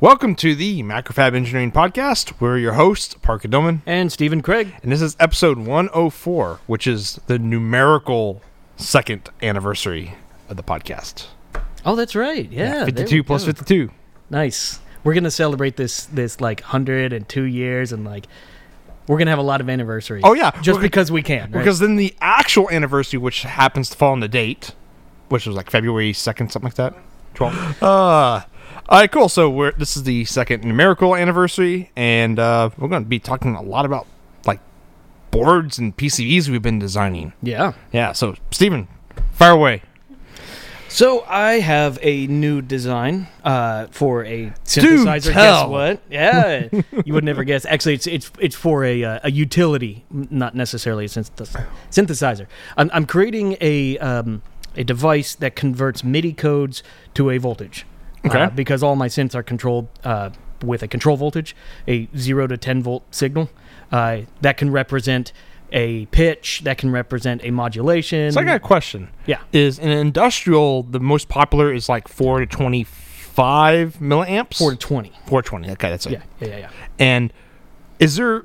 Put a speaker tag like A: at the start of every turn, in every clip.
A: Welcome to the Macrofab Engineering Podcast. We're your hosts, Parker Doman,
B: And Stephen Craig.
A: and this is episode 104, which is the numerical second anniversary of the podcast.
B: Oh, that's right. Yeah, there
A: 52
B: we
A: plus
B: go.
A: 52.
B: Nice. We're gonna celebrate this this like hundred and two years, and like we're gonna have a lot of anniversaries.
A: Oh, yeah.
B: just
A: We're-
B: because we can. right?
A: Because then the actual anniversary, which happens to fall on the date, which was like February 2nd, something like that. 12. Uh, all right, cool. So we're this is the second numerical anniversary, and uh, we're going to be talking a lot about like boards and PCBs we've been designing.
B: yeah.
A: Yeah, so Stephen, fire away.
B: So I have a new design uh, for a synthesizer. Guess
A: tell.
B: what? Yeah, you would never guess. Actually, it's it's it's for a uh, a utility, m- not necessarily a synth- synthesizer. I'm, I'm creating a um, a device that converts MIDI codes to a voltage.
A: Okay.
B: Uh, because all my synths are controlled uh, with a control voltage, a zero to ten volt signal uh, that can represent a pitch, that can represent a modulation.
A: So I got a question.
B: yeah.
A: Is in industrial the most popular is like four to twenty five milliamps?
B: Four to twenty.
A: four twenty. Okay, that's it.
B: Yeah, yeah, yeah, yeah.
A: And is there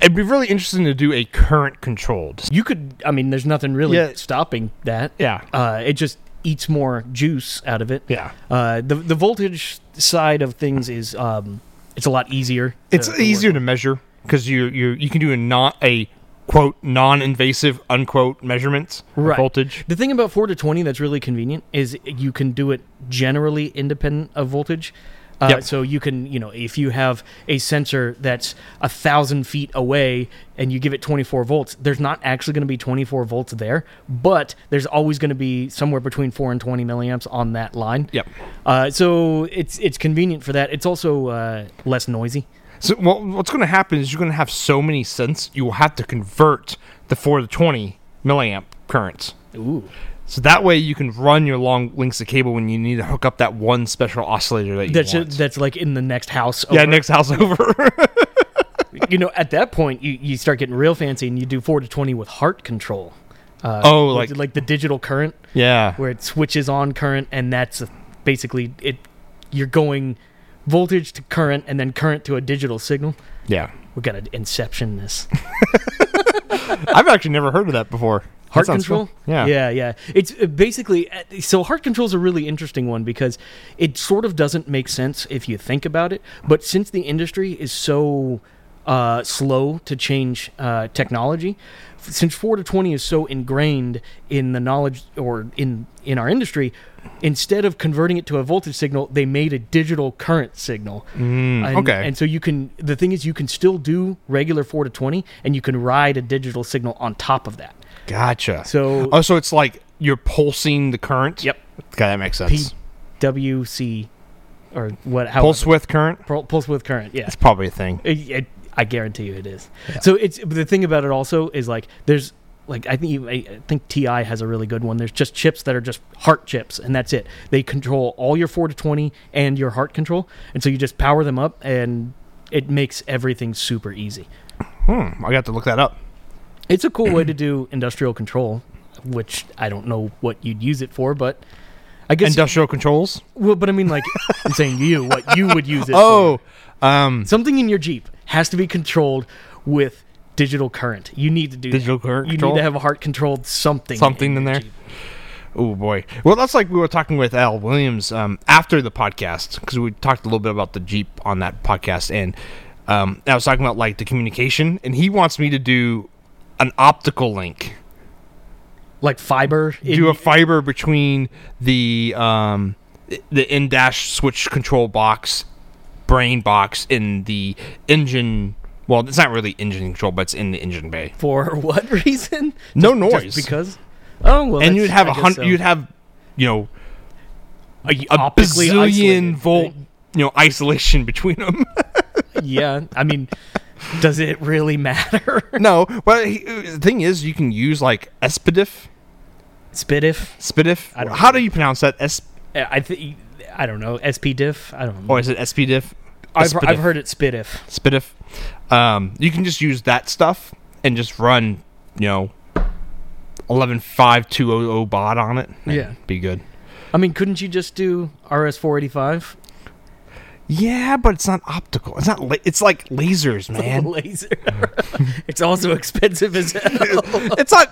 A: it'd be really interesting to do a current controlled.
B: You could. I mean, there's nothing really
A: Yeah.
B: stopping that.
A: Yeah.
B: Uh, it just eats more juice out of it.
A: Yeah.
B: Uh, the the voltage side of things is um, it's a lot easier. to-
A: It's
B: to work
A: easier to measure because you you you can do a not a quote non invasive unquote measurements of
B: Right.
A: voltage.
B: The thing about 4 to 20 that's really convenient is you can do it generally independent of voltage. Uh,
A: Yep.
B: So you can, you know, if you have a sensor that's a thousand feet away and you give it 24 volts, there's not actually going to be 24 volts there, but there's always going to be somewhere between four and 20 milliamps on that line.
A: Yep.
B: Uh, so it's it's convenient for that. It's also uh, less noisy.
A: So well, what's going to happen is you're going to have so many cents you will have to convert the four to twenty milliamp currents.
B: Ooh.
A: So that way you can run your long links of cable when you need to hook up that one special oscillator that you
B: That's
A: want.
B: that's like in the next house.
A: yeah,
B: over.
A: next house over.
B: you know, at that point, you, you start getting real fancy and you do four to twenty with heart control. Uh,
A: Oh,
B: with-
A: like-
B: like the digital current
A: yeah.
B: where it switches on current, and that's a, basically it. You're going voltage to current, and then current to a digital signal.
A: Yeah.
B: We're gonna inception this
A: I've actually never heard of that before. That
B: heart
A: sounds
B: control.
A: cool. Yeah.
B: yeah, yeah. It's uh, basically uh, so heart control's a really interesting one because it sort of doesn't make sense if you think about it. But since the industry is so uh, slow to change uh, technology, f- since four to twenty is so ingrained in the knowledge or in in our industry, instead of converting it to a voltage signal, they made a digital current signal. And,
A: Mm, okay.
B: And so you can the thing is you can still do regular four to twenty, and you can ride a digital signal on top of that.
A: Gotcha.
B: So-
A: oh, so it's like you're pulsing the current.
B: Yep.
A: Okay, that makes sense.
B: PWC or what? How
A: Pulse width current.
B: pulse with current. Yeah,
A: It's probably a thing.
B: It- it- I guarantee you it is. So it's but the thing about it also is like there's like I think you- I I think TI has a really good one. There's just chips that are just heart chips, and that's it. They control all your four to twenty and your heart control, and so you just power them up, and it makes everything super easy.
A: Hmm. I got to look that up.
B: It's a cool way to do industrial control, which I don't know what you'd use it for, but I guess
A: Industrial controls.
B: Well, but I mean, like, I'm saying you, what you would use it for. Mm.
A: Oh, um,
B: Something in your Jeep has to be controlled with digital current. You need to do that.
A: Digital current
B: You
A: control?
B: need to have a heart controlled something.
A: something in
B: your
A: there.
B: Jeep.
A: Oh boy. Well, that's like we were talking with Al Williams um, after the podcast because we talked a little bit about the Jeep on that podcast, and um, I was talking about like the communication, and he wants me to do an optical link,
B: Like fiber. in-
A: do a fiber between the um, the in dash switch control box, brain box, and the engine. Well, it's not really engine control, but it's in the engine bay.
B: for what reason?
A: No
B: Just- just
A: noise.
B: because. Oh well.
A: and
B: that's-
A: you'd have
B: I
A: a
B: guess
A: hundred.
B: so.
A: You'd have, you know.
B: Are you
A: a
B: optically
A: bazillion
B: isolated,
A: volt you know isolation between them
B: right? Yeah. I mean, does it really matter?
A: no but he, uh, the thing is you can use like espediff
B: Spit if
A: spidiff
B: I don't
A: how
B: know.
A: do you pronounce that s
B: I think I don't know. SP diff. I don't know.
A: or is it spdiff
B: I've, I've
A: Espediff.
B: heard it spit if.
A: spidiff um, you can just use that stuff and just run you know 11520 baud on it and
B: Yeah.
A: be good
B: I mean, couldn't you just do RS485?
A: Yeah, but it's not optical. It's not. La- it's like lasers, man.
B: laser. it's also expensive as hell.
A: it's not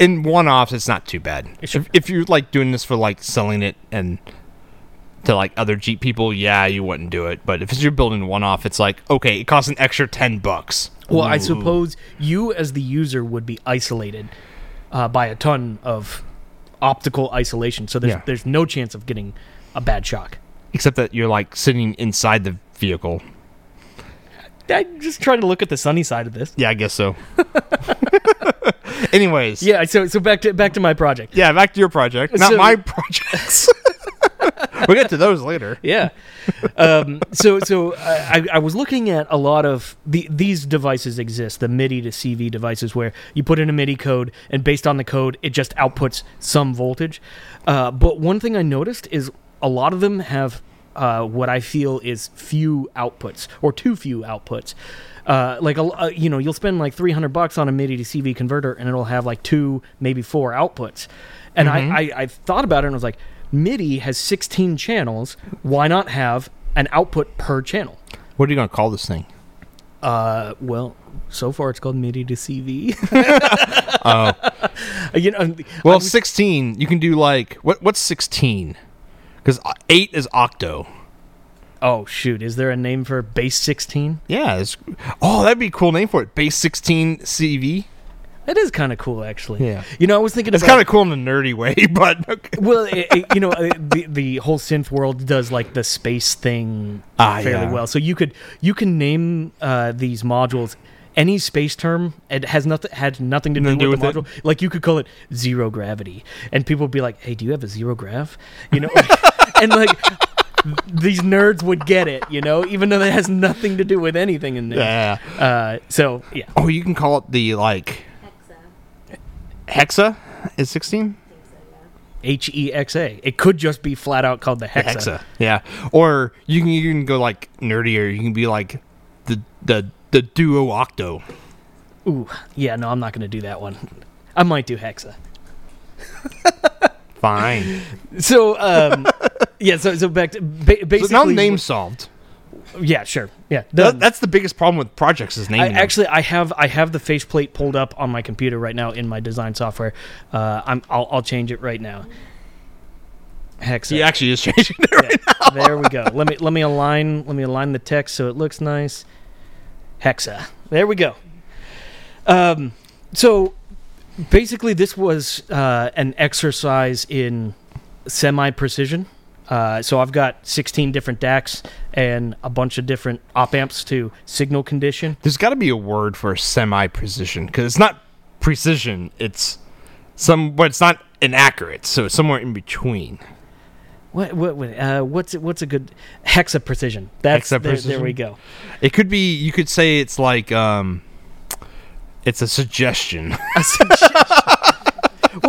A: in one-offs. It's not too bad.
B: Sure.
A: If, if you're like doing this for like selling it and to like other Jeep people, yeah, you wouldn't do it. But if you're building one-off, it's like okay, it costs an extra ten bucks.
B: Well, I
A: Ooh.
B: suppose you, as the user, would be isolated uh, by a ton of optical isolation. So there's
A: Yeah.
B: there's no chance of getting a bad shock.
A: Except that you're like sitting inside the vehicle.
B: I'm just trying to look at the sunny side of this.
A: Yeah, I guess so. Anyways,
B: Yeah. So so back to back to my project.
A: yeah, back to your project, not
B: So-
A: my projects. we'll get to those later.
B: Yeah. Um, so so uh, I, I- I was looking at a lot of the, these devices exist, the MIDI to CV devices, where you put in a MIDI code, and based on the code, it just outputs some voltage. Uh, but one thing I noticed is a lot of them have uh, what I feel is few outputs or too few outputs. Uh, like a, l- uh, you know, you'll spend like three hundred bucks on a MIDI to CV converter, and it'll have like two, maybe four outputs. And I, I, I thought about it, and I was like, MIDI has sixteen channels. Why not have an output per channel?
A: What are you gonna call this thing?
B: Uh, well, so far it's called MIDI to CV. oh, you know,
A: Well, sixteen. You can do like what? What's sixteen? Because eight is octo.
B: oh shoot, is there a name for base sixteen?
A: Yeah. It's, oh, that'd be a cool name for it. Base sixteen CV.
B: That is kind of cool, actually.
A: Yeah.
B: you know, I was thinking
A: It's
B: about
A: kind of cool in a nerdy way, but okay.
B: well, it, it- you know, uh, the the whole synth world does like the space thing
A: Ah,
B: fairly
A: yeah.
B: well. So you could you can name uh, these modules any space term. It has nothing had nothing to do,
A: Nothing to
B: with,
A: do
B: the
A: with
B: module. Like you could call it zero gravity, and people would be like, "Hey, do you have a zero graph?" You know, and like. These nerds would get it, you know, even though that has nothing to do with anything in there.
A: yeah.
B: Uh, so yeah,
A: Oh, you can call it the like
C: Hexa.
A: hexa is sixteen.
C: I think so, yeah.
B: H E X A. It could just be flat out called the hexa.
A: Hexa. Yeah. Or you can you can go like nerdier. You can be like the the the duo octo.
B: Ooh, yeah, no, I'm not going to do that one. I might do Hexa.
A: Fine.
B: So, um, yeah, so so back to ba-
A: so
B: basically.
A: now name solved.
B: Yeah, sure. Yeah,
A: That,
B: done.
A: that's the biggest problem with projects is naming.
B: I,
A: them.
B: actually, I have I have the faceplate pulled up on my computer right now in my design software. Uh, I'm I'll, I'll change it right now. Hexa.
A: he actually is changing it.
B: Yeah, there we go. Let me let me align let me align the text so it looks nice. Hexa. There we go. Um, so basically, this was uh, an exercise in semi precision. Uh, so I've got 16 different DACs and a bunch of different op amps to signal condition.
A: There's got to be a word for semi precision because it's not precision. It's some, but it's not inaccurate. So it's somewhere in between.
B: What what what, uh, what's what's a good hexa precision? That's
A: Hexa
B: there- There
A: precision?
B: we go.
A: It could be. You could say it's like um, it's a suggestion.
B: well,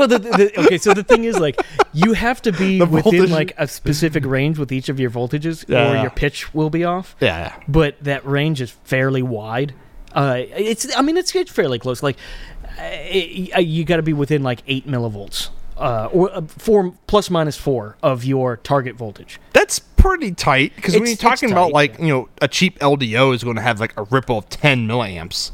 B: the, the, the- okay. So the thing is, like, you have to be
A: The
B: within
A: voltage-
B: like a specific range with each of your voltages, or
A: Yeah.
B: your pitch will be off.
A: yeah.
B: But that range is fairly wide. Uh, it's, I mean, it's, it's fairly close. Like, uh, it, uh, you got to be within like eight millivolts, uh, or uh, four plus minus four of your target voltage.
A: That's pretty tight because when
B: It's-
A: you're talking
B: it's
A: about
B: tight,
A: like you know a cheap LDO is going to have like a ripple of 10 milliamps.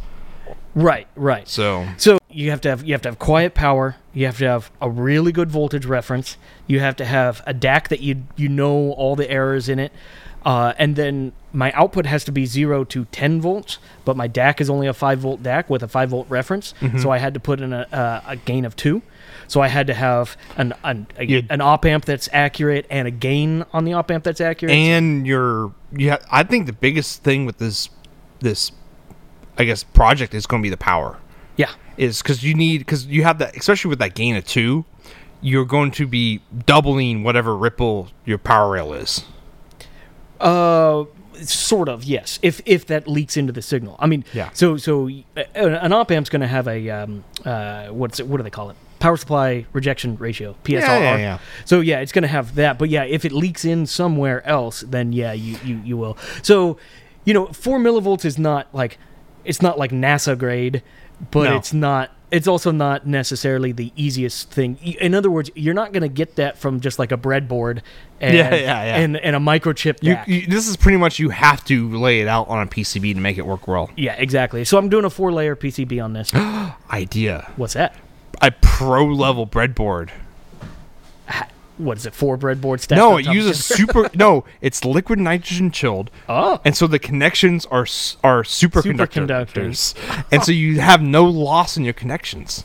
B: Right, right.
A: So
B: So you have to have you have to have quiet power. You have to have a really good voltage reference. You have to have a DAC that you you know all the errors in it, uh, and then my output has to be zero to ten volts. But my DAC is only a five volt DAC with a five volt reference, so I had to put in a, a, a gain of two. So I had to have an an, a,
A: You-
B: an op amp that's accurate and a gain on the op amp that's accurate.
A: and your yeah, I think the biggest thing with this this I guess project is going to be the power.
B: yeah,
A: is because you need because you have that especially with that gain of two you're going to be doubling whatever ripple your power rail is
B: Uh, sort of. Yes, if if that leaks into the signal. I mean,
A: Yeah.
B: So so uh, an op amp's going to have a um uh what's it, what do they call it? Power supply rejection ratio PSRR.
A: yeah, yeah.
B: So yeah, it's going to have that. But yeah, if it leaks in somewhere else, then yeah, you you you will. So you know, four millivolts is not like it's not like NASA grade, but
A: No.
B: it's not. It's also not necessarily the easiest thing. Y- In other words, you're not going to get that from just like a breadboard and
A: Yeah, yeah, yeah.
B: and, and a microchip.
A: You,
B: DAC.
A: you, this is pretty much you have to lay it out on a PCB to make it work well.
B: yeah, exactly. So I'm doing a four layer PCB on this.
A: Idea.
B: What's that?
A: A pro level breadboard.
B: What is it? Four breadboard stacks?
A: No,
B: on
A: it
B: top of each
A: uses super. No, it's liquid nitrogen chilled.
B: Oh.
A: And so the connections are s- are superconductors.
B: Superconductors.
A: and so you have no loss in your connections.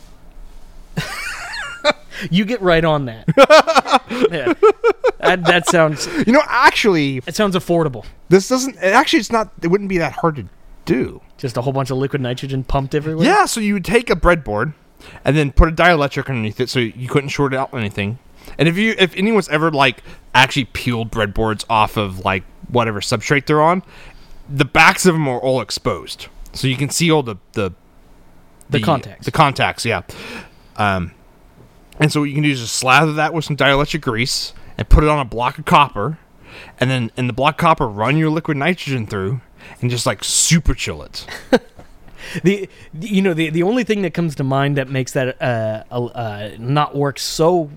B: other. You get right on that. yeah. that, that sounds
A: You know, actually,
B: that sounds affordable.
A: this doesn't. Actually, it's not. It wouldn't be that hard to do.
B: Just a whole bunch of liquid nitrogen pumped everywhere.
A: Yeah, so you would take a breadboard and then put a dielectric underneath it so you couldn't short out anything. And if you if anyone's ever like actually peeled breadboards off of like whatever substrate they're on, the backs of them are all exposed. So you can see all the the
B: The contacts.
A: The contacts, yeah. Um and so what you can do is just slather that with some dielectric grease and put it on a block of copper and then in the block of copper run your liquid nitrogen through and just like super chill it.
B: the you know the the only thing that comes to mind that makes that uh, uh, uh not work so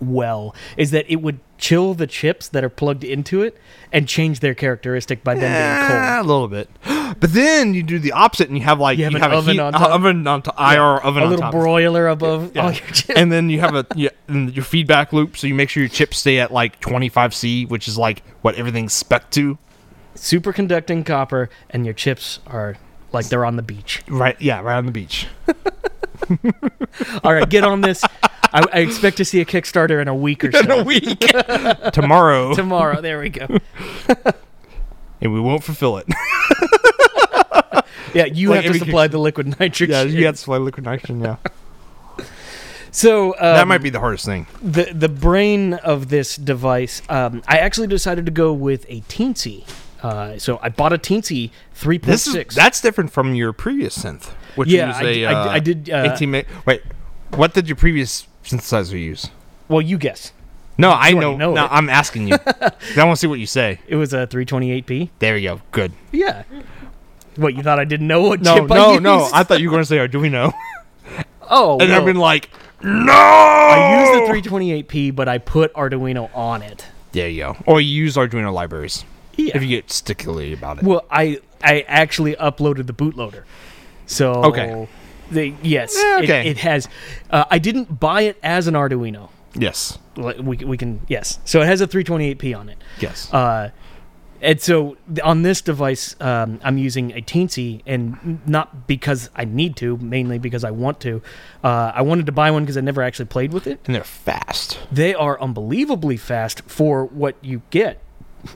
B: well is that it would chill the chips that are plugged into it and change their characteristic by them being
A: Eh,
B: cold.
A: a little bit. But then you do the opposite, and you have like
B: You have an
A: a
B: oven
A: heat-
B: on
A: a
B: top.
A: oven on top, IR oven
B: A
A: on
B: little
A: top.
B: broiler above
A: Yeah.
B: all your chips.
A: and then you have a yeah, and your feedback loop, so you make sure your chips stay at like 25C, which is like what everything's spec to.
B: superconducting copper and your chips are like they're on the beach.
A: Right? Yeah, right on the beach.
B: All right, get on this. I, I expect to see a Kickstarter in a week or so.
A: In a week, tomorrow,
B: Tomorrow, there we go.
A: and we won't fulfill it.
B: Yeah, you
A: Like
B: have to
A: every
B: supply the liquid nitrogen.
A: yeah, you got to fly liquid nitrogen. Yeah,
B: So um,
A: that might be the hardest thing.
B: the the brain of this device, um, I actually decided to go with a Teensy. Uh, so I bought a Teensy 3.6.
A: This is that's different from your previous synth, which
B: Yeah,
A: was
B: I
A: a
B: d- I d-
A: uh,
B: I did, uh,
A: 18 ma- Wait, what did your previous synthesizer use?
B: well, you guess.
A: No, I know.
B: already know
A: no,
B: it.
A: I'm asking you. 'Cause I want to see what you say.
B: It was a 328p.
A: There you go. Good.
B: Yeah. What, you thought I didn't know what
A: No,
B: chip I
A: no,
B: used?
A: no. I thought you were going to say, oh, "Do we know?"
B: oh,
A: And I've
B: well,
A: been like, "No."
B: I
A: Oh!
B: used the 328p, but I put Arduino on it.
A: There you go. Or you use Arduino libraries
B: Yeah.
A: if you get stickly about it.
B: Well, I I actually uploaded the bootloader, so
A: Okay.
B: They, yes,
A: Yeah,
B: it-
A: okay.
B: It, has. Uh, I didn't buy it as an Arduino.
A: yes.
B: Like, We we can yes. So it has a 328p on it.
A: Yes.
B: Uh, and so th- on this device, um, I'm using a Teensy, and n- not because I need to, mainly because I want to. Uh, I wanted to buy one because I never actually played with it.
A: and they're fast.
B: They are unbelievably fast for what you get.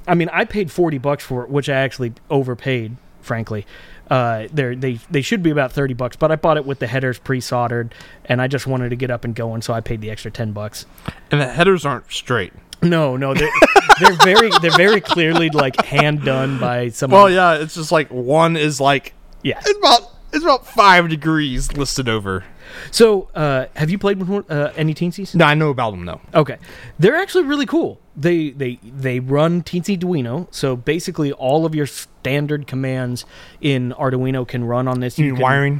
B: I mean, I paid forty bucks for it, which I actually overpaid, frankly. Uh, they're- they they should be about thirty bucks, but I bought it with the headers pre-soldered, and I just wanted to get up and going, so I paid the extra ten bucks.
A: And the headers aren't straight.
B: No, no, they're, they're very they're very clearly like hand done by someone.
A: Well, yeah. It's just like one is like
B: yeah.
A: it's about it's about five degrees listed over.
B: So, uh, have you played with one- uh, any Teensies?
A: No, I know about them though.
B: Okay, they're actually really cool. They they they run Teensy Duino, so basically all of your standard commands in Arduino can run on this.
A: You mean
B: can-
A: wiring?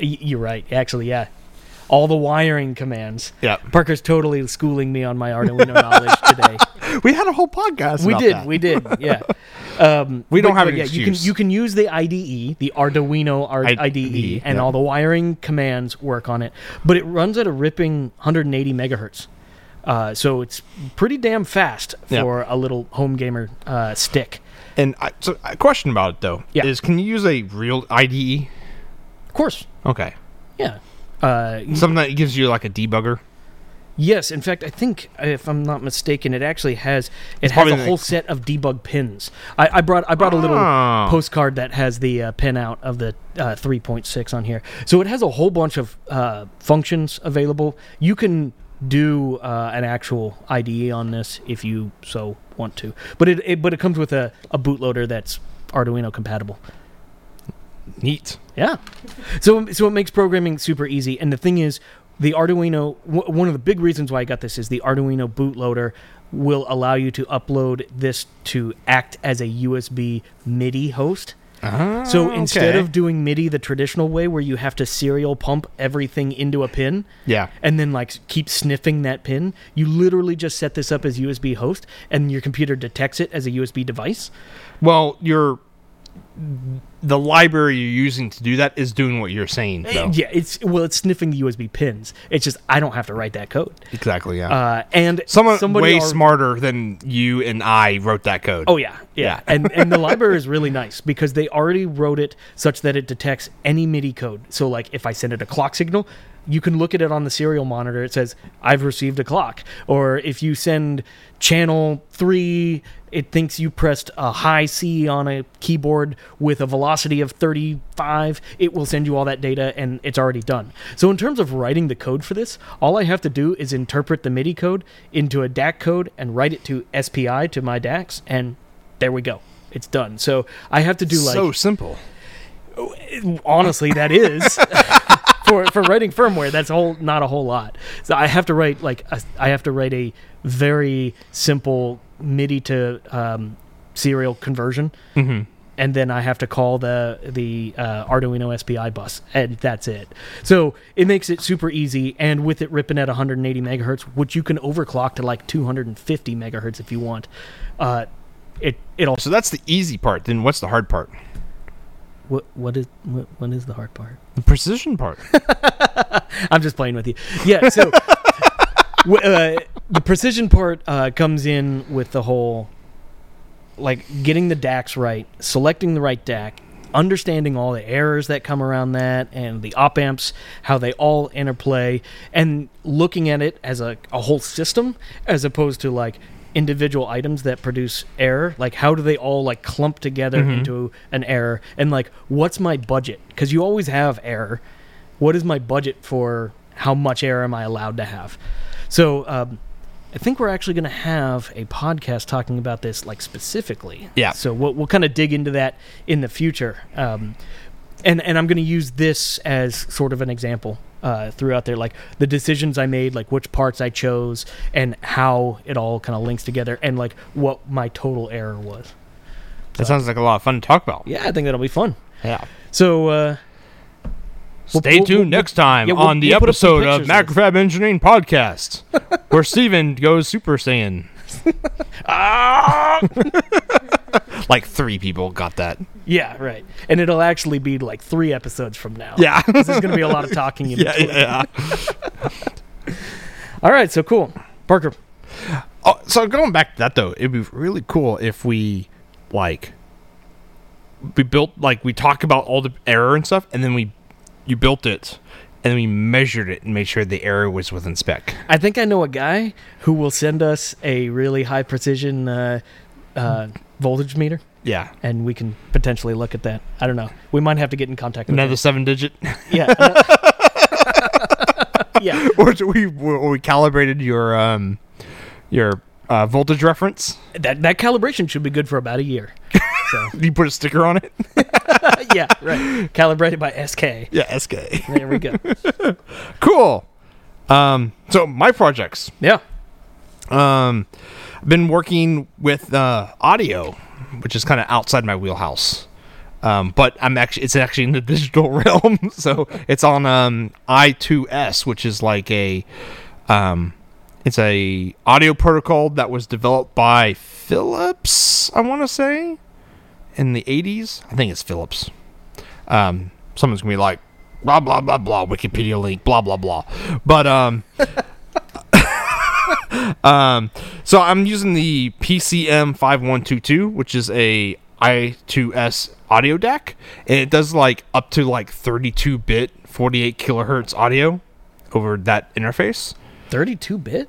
B: Y- You're right. Actually, yeah. All the wiring commands.
A: Yeah.
B: Parker's totally schooling me on my Arduino knowledge today.
A: We had a whole podcast.
B: We
A: about
B: did.
A: that.
B: We did. Yeah. Um,
A: We don't
B: but-
A: have
B: but
A: an
B: yeah, You
A: excuse.
B: can, you can use the IDE, the Arduino R-
A: I-
B: IDE,
A: IDE,
B: and
A: yeah.
B: all the wiring commands work on it. But it runs at a ripping 180 megahertz. Uh, so it's pretty damn fast
A: Yeah.
B: for a little home gamer uh, stick.
A: And I, so, a question about it though
B: Yeah.
A: is, can you use a real E? IDE?
B: Of course.
A: Okay.
B: Yeah. Uh,
A: Something that gives you like a debugger.
B: Yes, in fact, I think if I'm not mistaken, it actually has it has
A: probably
B: a
A: the-
B: whole set of debug pins. I, I brought I brought a little
A: Oh.
B: postcard that has the uh, pin out of the uh, 3.6 on here. So it has a whole bunch of uh, functions available. You can do uh, an actual IDE on this if you so want to, but it, it but it comes with a, a bootloader that's Arduino compatible.
A: Neat.
B: Yeah. So so it makes programming super easy. And the thing is, the Arduino w- one of the big reasons why I got this is the Arduino bootloader will allow you to upload this to act as a USB MIDI host.
A: Ah,
B: So instead
A: okay.
B: of doing MIDI the traditional way, where you have to serial pump everything into a pin,
A: Yeah.
B: and then like s- keep sniffing that pin, you literally just set this up as USB host, and your computer detects it as a USB device.
A: Well, your the library you're using to do that is doing what you're saying, though.
B: Yeah, it's well, it's sniffing the USB pins. It's just I don't have to write that code.
A: Exactly. Yeah.
B: Uh, and
A: Someone
B: somebody
A: way
B: al-
A: smarter than you and I wrote that code.
B: Oh yeah, yeah.
A: Yeah.
B: and and the library is really nice because they already wrote it such that it detects any MIDI code. So like if I send it a clock signal, you can look at it on the serial monitor. It says I've received a clock. Or if you send channel three, it thinks you pressed a high C on a keyboard with a velocity of thirty five. It will send you all that data and it's already done. So in terms of writing the code for this, all I have to do is interpret the MIDI code into a DAC code and write it to SPI to my DACs and there we go. It's done. So I have to do like
A: so simple.
B: honestly that is for for writing firmware that's whole not a whole lot. So I have to write like a, I have to write a very simple MIDI to um, serial conversion. And then I have to call the the uh, Arduino SPI bus, and that's it. So it makes it super easy, and with it ripping at 180 megahertz, which you can overclock to like 250 megahertz if you want, uh, it it'll
A: So that's the easy part. Then what's the hard part?
B: What what is what, what is the hard part?
A: The precision part.
B: I'm just playing with you. Yeah. So w- uh, the precision part uh, comes in with the whole like getting the DACs right, selecting the right DAC, understanding all the errors that come around that, and the op amps, how they all interplay, and looking at it as a, a whole system as opposed to like individual items that produce error like how do they all like clump together into an error and like what's my budget because you always have error what is my budget for how much error am i allowed to have so um, I think we're actually going to have a podcast talking about this, like specifically.
A: Yeah.
B: So we'll, we'll kind of dig into that in the future, um, and and I'm going to use this as sort of an example uh, throughout there, like the decisions I made, like which parts I chose, and how it all kind of links together, and like what my total error was.
A: That sounds like a lot of fun to talk about.
B: Yeah, I think that'll be fun.
A: Yeah.
B: So uh, We'll-
A: Stay
B: we'll-
A: tuned
B: we'll-
A: next time
B: yeah, we'll-
A: on the
B: we'll put up some
A: episode of
B: pictures of this.
A: Macrofab Engineering Podcast, where Steven goes Super Saiyan.
B: Ah!
A: like three people got that.
B: yeah, right, and it'll actually be like three episodes from now.
A: Yeah.
B: 'Cause there's going to be a lot of talking. In
A: yeah,
B: between.
A: yeah.
B: All right, so cool, Parker.
A: Oh, so going back to that though, it'd be really cool if we like we built like we talk about all the error and stuff, and then we you built it, and then we measured it and made sure the error was within spec.
B: I think I know a guy who will send us a really high precision uh, uh, voltage meter,
A: Yeah.
B: and we can potentially look at that. I don't know. We might have to get in contact with
A: Another
B: him.
A: seven digit,
B: Yeah. ano- yeah.
A: or do we or we calibrated your um your uh, voltage reference.
B: That that calibration should be good for about a year. So
A: You put a sticker on it.
B: yeah, right. Calibrated by SK.
A: Yeah, SK.
B: There we go.
A: Cool. Um, so my projects.
B: Yeah.
A: Um, I've been working with uh, audio, which is kind of outside my wheelhouse. Um, but I'm actually it's actually in the digital realm, so it's on um, I2S, which is like a um, it's a audio protocol that was developed by Philips, I want to say, in the 80s. I think it's Philips. Um, someone's gonna be like blah blah blah blah Wikipedia link blah blah blah, but um. Um, so I'm using the PCM five one two two, which is a I2S audio DAC, and it does like up to like 32 bit, 48 kilohertz audio over that interface.
B: Thirty-two bit.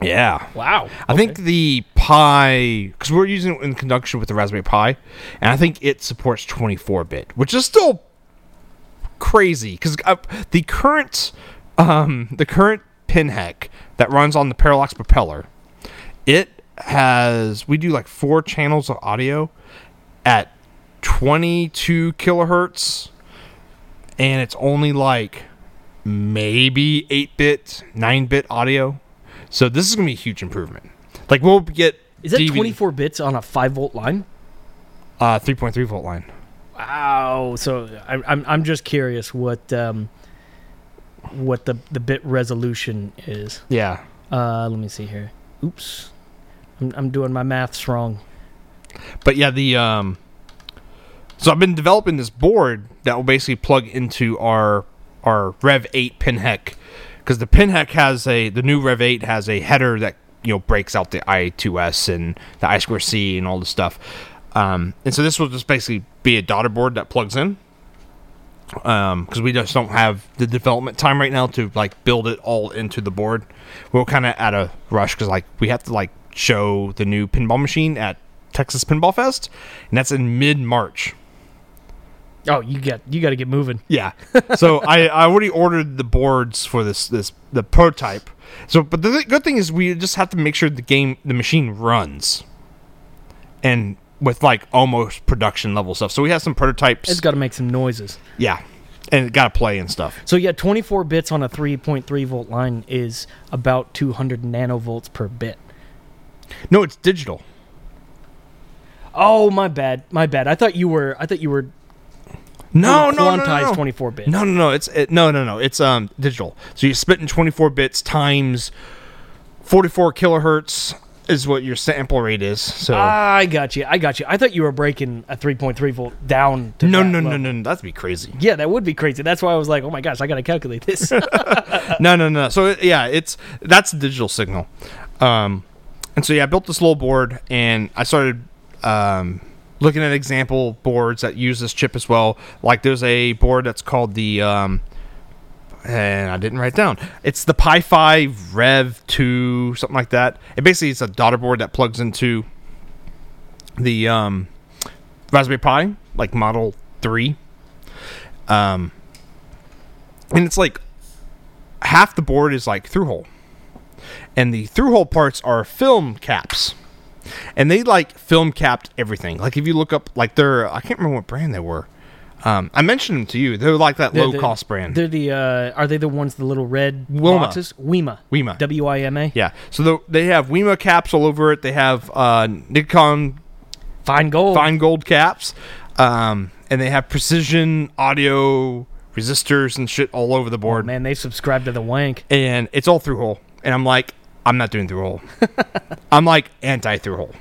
A: Yeah.
B: Wow.
A: I think the Pi, because we're using it in conjunction with the Raspberry Pi, and I think it supports 24 bit, which is still crazy because the current, um, the current pin hack that runs on the Parallax propeller, it has we do like four channels of audio at 22 kilohertz, and it's only like maybe 8 bit, 9 bit audio. So this is going to be a huge improvement. Like we'll get
B: Is that
A: DVD
B: twenty-four bits on a five volt line?
A: uh 3.3 volt line.
B: Wow. So I, I'm I'm just curious what um what the the bit resolution is.
A: Yeah.
B: Uh, let me see here. Oops, I'm, I'm doing my maths wrong.
A: But yeah, the um so I've been developing this board that will basically plug into our our Rev 8 pin heck because the pin heck has a the new Rev 8 has a header that you know breaks out the I2S and the I2C and all this stuff. Um, and so this will just basically be a daughter board that plugs in because Um, we just don't have the development time right now to like build it all into the board. We're kind of at a rush because like we have to like show the new pinball machine at Texas Pinball Fest, and that's in mid March.
B: Oh, you got you got to get moving.
A: Yeah. so I, I already ordered the boards for this this the prototype. So but the good thing is we just have to make sure the game the machine runs. And with like almost production level stuff. So we have some prototypes.
B: It's got to make some noises.
A: yeah. And it got to play and stuff.
B: So yeah, 24 bits on a 3.3 volt line is about 200 nanovolts per bit.
A: No, it's digital.
B: Oh, my bad, my bad. I thought you were I thought you were
A: No,
B: doing
A: no, no,
B: quantized
A: no, no.
B: 24 bits.
A: No, no, no. It's it, no, no, no. It's um digital. So you're spitting 24 bits times 44 kilohertz is what your sample rate is. So
B: I got you. I got you. I thought you were breaking a 3.3 volt down. To
A: no,
B: that
A: no, no,
B: level.
A: no, no. That'd be crazy.
B: Yeah, that would be crazy. That's why I was like, oh my gosh, I got to calculate this.
A: No, no, no. So it- yeah, it's that's a digital signal. Um, and so yeah, I built this little board and I started um, looking at example boards that use this chip as well. Like there's a board that's called the um, and I didn't write it down. It's the Pi Five Rev Two something like that. And basically it's a daughter board that plugs into the um, Raspberry Pi, like Model Three. Um, and it's like half the board is like through hole. And the through hole parts are film caps. And they like film capped everything. Like if you look up like they're I can't remember what brand they were. Um, I mentioned them to you. They're like that
B: They're
A: low
B: the-
A: cost brand.
B: They're the uh, are they the ones the little red
A: Wilma.
B: boxes? Wima.
A: Wima.
B: W I M A.
A: Yeah. So the, they have Wema caps all over it. They have uh, Nikon
B: Fine gold.
A: fine gold caps, um, and they have precision audio resistors and shit all over the board.
B: Man, they subscribe to the wank.
A: and it's all through hole. And I'm like, I'm not doing through hole. I'm like anti through hole.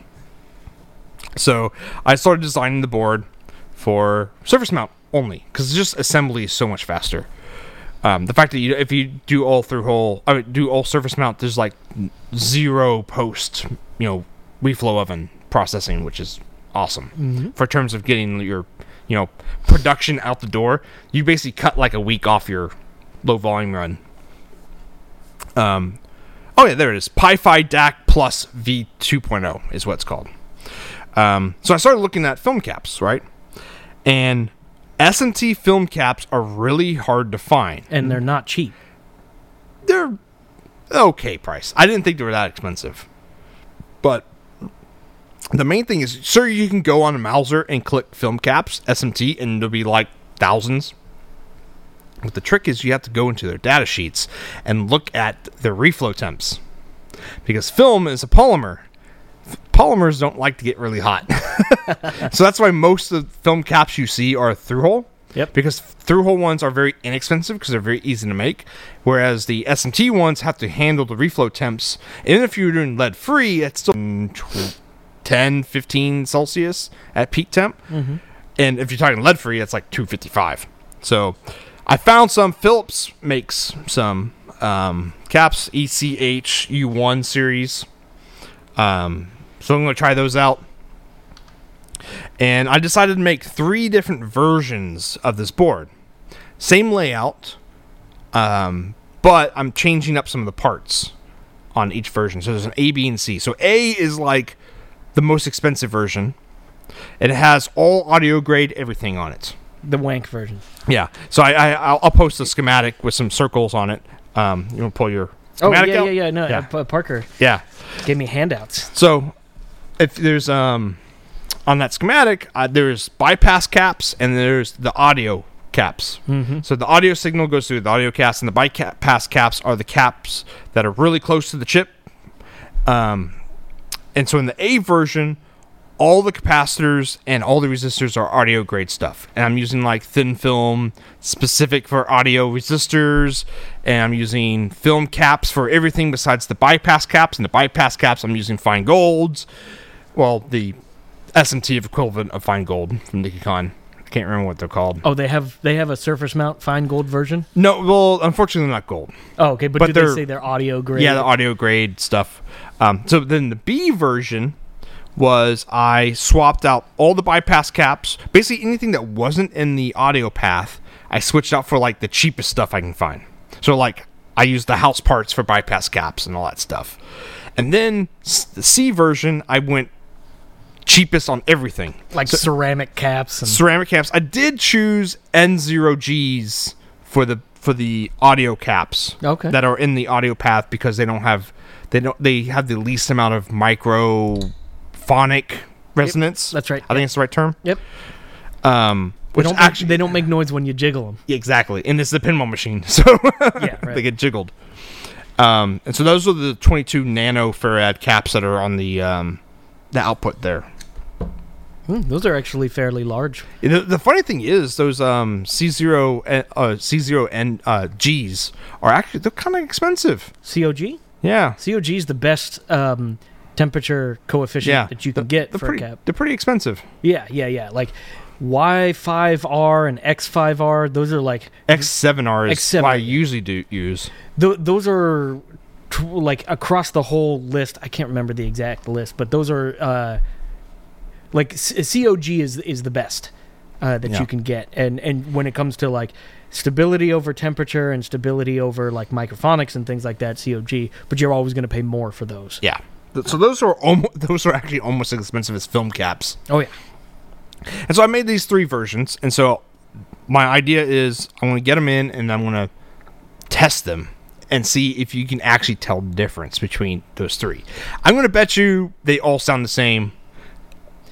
A: So I started designing the board for surface mount only because just assembly is so much faster. Um, the fact that you, if you do all through hole, I mean, do all surface mount, there's like zero post, you know, reflow oven processing, which is awesome for terms of getting your, you know, production out the door. You basically cut like a week off your low volume run um, oh yeah, there it is. PiFi DAC Plus V2.0 is what it's called. Um, so I started looking at film caps, right? And S&T film caps are really hard to find.
B: And they're not cheap.
A: They're okay price. I didn't think they were that expensive, but the main thing is, sure, you can go on a Mauser and click film caps SMT, and it'll be like thousands. But the trick is, you have to go into their data sheets and look at their reflow temps, because film is a polymer. F- Polymers don't like to get really hot, so that's why most of the film caps you see are through hole.
B: Yep.
A: Because through hole ones are very inexpensive because they're very easy to make, whereas the SMT ones have to handle the reflow temps. Even if you're doing lead free, it's still 10 15 celsius at peak temp and if you're talking lead free it's like 255 so i found some phillips makes some um, caps ech u1 series um, so i'm going to try those out and i decided to make three different versions of this board same layout um, but i'm changing up some of the parts on each version so there's an a b and c so a is like the most expensive version. It has all audio grade everything on it.
B: The wank version.
A: Yeah. So I, I I'll, I'll post a schematic with some circles on it. Um, you want to pull your
B: Oh yeah,
A: schematic
B: yeah,
A: out?
B: yeah. No,
A: Yeah.
B: uh, P- Parker
A: yeah.
B: gave me handouts.
A: So if there's um on that schematic, uh, there's bypass caps and there's the audio caps. Mm-hmm. So the audio signal goes through the audio caps, and the bypass caps are the caps that are really close to the chip. Um, and so in the A version, all the capacitors and all the resistors are audio grade stuff. And I'm using like thin film specific for audio resistors. And I'm using film caps for everything besides the bypass caps. And the bypass caps, I'm using fine golds. Well, the SMT equivalent of fine gold from Nikon. I can't remember what they're called.
B: Oh, they have they have a surface mount fine gold version.
A: No, well, unfortunately, they're not gold.
B: Oh, okay, but,
A: But
B: do they
A: they're-
B: say they're audio grade?
A: Yeah, the audio grade stuff. Um, so then the B version was I swapped out all the bypass caps, basically anything that wasn't in the audio path. I switched out for like the cheapest stuff I can find. So like I used the house parts for bypass caps and all that stuff. And then s- the C version, I went cheapest on everything
B: like ceramic caps and
A: ceramic caps. I did choose N0Gs for the for the audio caps
B: Okay.
A: that are in the audio path because they don't have they don't they have the least amount of micro phonic resonance.
B: that's right.
A: I think it's the right term.
B: Yep.
A: Um
B: They
A: which
B: don't, make,
A: actually
B: they don't make noise when you jiggle them.
A: exactly. And it's the pinball machine. So
B: Yeah, right.
A: they get jiggled. Um and so those are the 22 nano farad caps that are on the um the output there.
B: Hmm, those are actually fairly large.
A: Yeah, The, the funny thing is, those um, C zero uh, C zero and uh, Gs are actually they're kind of expensive.
B: COG?
A: Yeah,
B: COG is the best um, temperature coefficient
A: yeah.
B: that you can
A: They're-
B: get
A: they're
B: for
A: pretty,
B: a cap.
A: They're pretty expensive.
B: Yeah, yeah, yeah. Like Y5R and X5R, those are like
A: X seven R is
B: X7,
A: what I
B: yeah.
A: usually do use.
B: th- those are tw- like across the whole list. I can't remember the exact list, but those are uh, like C- COG is is the best uh, that
A: Yeah.
B: you can get, and and when it comes to like stability over temperature and stability over like microphonics and things like that, COG. But you're always going to pay more for those.
A: Yeah. Th- So those are almost those are actually almost as expensive as film caps.
B: Oh yeah,
A: And so I made these three versions. And so my idea is I'm going to get them in and I'm going to test them and see if you can actually tell the difference between those three. I'm going to bet you they all sound the same.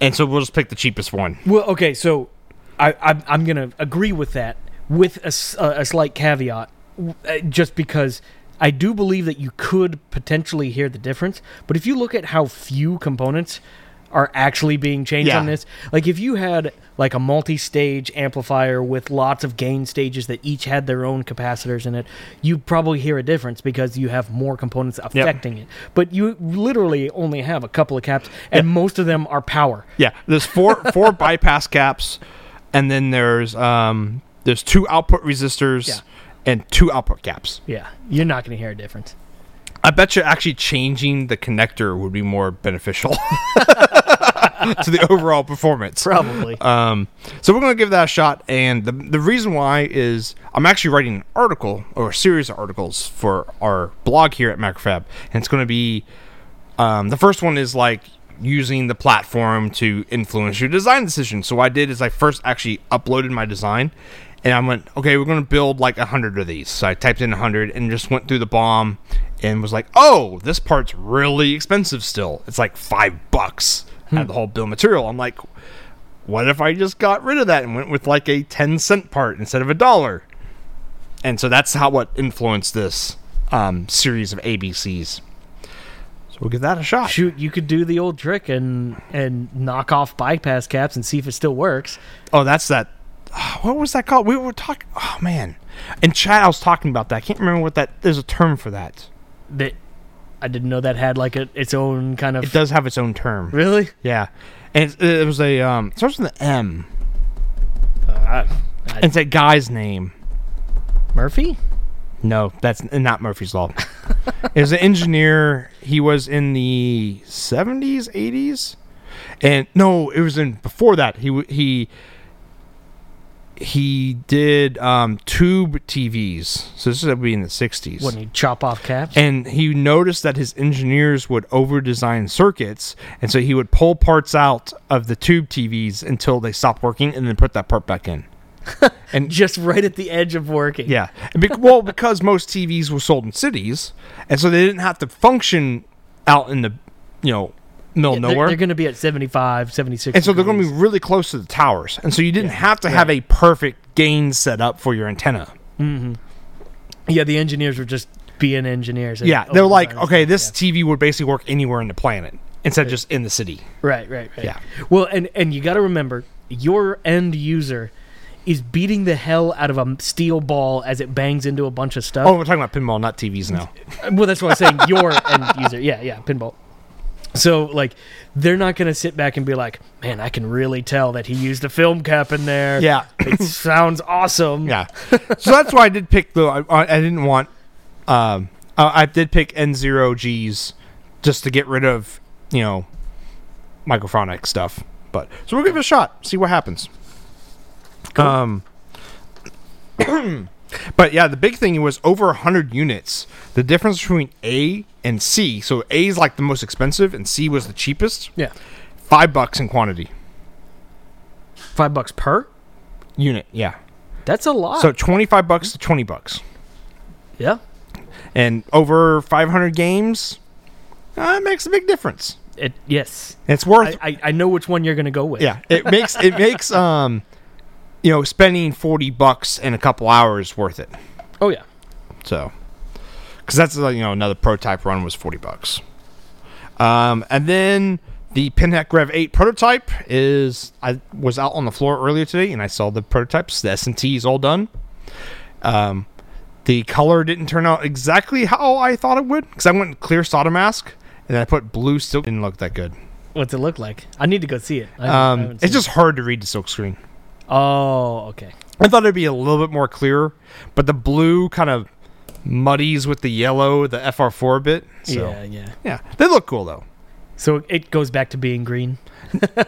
A: And so we'll just pick the cheapest one.
B: Well, okay, so I, I'm, I'm going to agree with that with a, s- a- a slight caveat, w- uh, just because I do believe that you could potentially hear the difference. But if you look at how few components are actually being changed on
A: Yeah.
B: this, like if you had like a multi-stage amplifier with lots of gain stages that each had their own capacitors in it, you'd probably hear a difference because you have more components affecting it. But you literally only have a couple of caps, and most of them are power.
A: Yeah, there's four four bypass caps, and then there's um there's two output resistors
B: Yeah.
A: and two output caps.
B: Yeah, you're not going to hear a difference.
A: I bet you actually changing the connector would be more beneficial to the overall performance.
B: Probably.
A: Um, so we're going to give that a shot. And the, the reason why is I'm actually writing an article or a series of articles for our blog here at Macrofab. And it's going to be um, the first one is like using the platform to influence your design decision. So what I did is I first actually uploaded my design and I went, okay, we're going to build like 100 of these. So I typed in 100 and just went through the bomb and was like, oh, this part's really expensive still. It's like five bucks. Had the whole bill of material. I'm like, what if I just got rid of that and went with like a 10 cent part instead of a dollar? And so that's how what influenced this um, series of ABCs. So we'll give that a shot.
B: Shoot, you could do the old trick and and knock off bypass caps and see if it still works.
A: Oh, that's that. What was that called? We were talking. Oh, man. And Chad, I was talking about that. I can't remember what that. There's a term for that.
B: That I didn't know that had like a, its own kind of
A: It does have its own term.
B: really.
A: Yeah. And it, it was a. Um, it starts with an M.
B: Uh, I-
A: And it's that guy's name.
B: Murphy?
A: No, that's n- not Murphy's Law. it was an engineer. He was in the 70s, 80s, and no, it was in before that. He w- he he did um, tube TVs. So this would be in the 60s.
B: Wouldn't he chop off caps?
A: and he noticed that his engineers would over-design circuits, and so he would pull parts out of the tube TVs until they stopped working, and then put that part back in. and
B: Just right at the edge of working.
A: yeah. And bec well, because most TVs were sold in cities, and so they didn't have to function out in the, you know, middle of
B: They're-
A: nowhere.
B: They're, going to be at 75, 76.
A: and so they're going to
B: degrees.
A: be really close to the towers. And so you didn't have to have a perfect gain set up for your antenna.
B: Yeah, the engineers were just being engineers. and
A: Yeah. They're like,
B: overdesigning
A: okay, this
B: stuff,
A: TV would basically work anywhere on the planet. instead of just in the city.
B: Right, right, right.
A: Yeah.
B: Well, and and you got to remember your end user is beating the hell out of a steel ball as it bangs into a bunch of stuff.
A: Oh, we're talking about pinball, not TVs now.
B: Well, that's what I'm saying. Your end user. Yeah, yeah, pinball. So, like, they're not going to sit back and be like, man, I can really tell that he used a film cap in there.
A: Yeah.
B: It sounds awesome.
A: Yeah. so that's why I did pick though. I, I didn't want. Um, I, I did pick N zero Gs just to get rid of you know microphonic stuff. But so we'll give it a shot. See what happens. Um. but yeah, the big thing was over hundred units. The difference between A and C. So A is like the most expensive, and C was the cheapest.
B: Yeah.
A: Five bucks in quantity
B: Five bucks per?
A: unit. Yeah.
B: That's a lot.
A: So twenty five bucks to twenty bucks.
B: yeah.
A: and over 500 games uh, it makes a big difference
B: It, yes.
A: it's worth
B: I, I, I know which one you're going to go with.
A: yeah it makes it makes um you know spending 40 bucks in a couple hours worth it
B: Oh, yeah.
A: so because that's uh, you know another prototype run was 40 bucks um and then the pinhead rev 8 prototype is i was out on the floor earlier today and i saw the prototypes the s&t is all done um the color didn't turn out exactly how i thought it would because i went clear solder mask and i put blue silk didn't look that good
B: What's it look like? I need to go see it. I haven't- I
A: um
B: haven't
A: it's
B: seen
A: just hard to read the silk screen
B: it. Oh, okay.
A: I thought it'd be a little bit more clear, but the blue kind of muddies with the yellow, the FR4 bit. So,
B: Yeah, yeah.
A: yeah. They look cool though.
B: So it goes back to being green.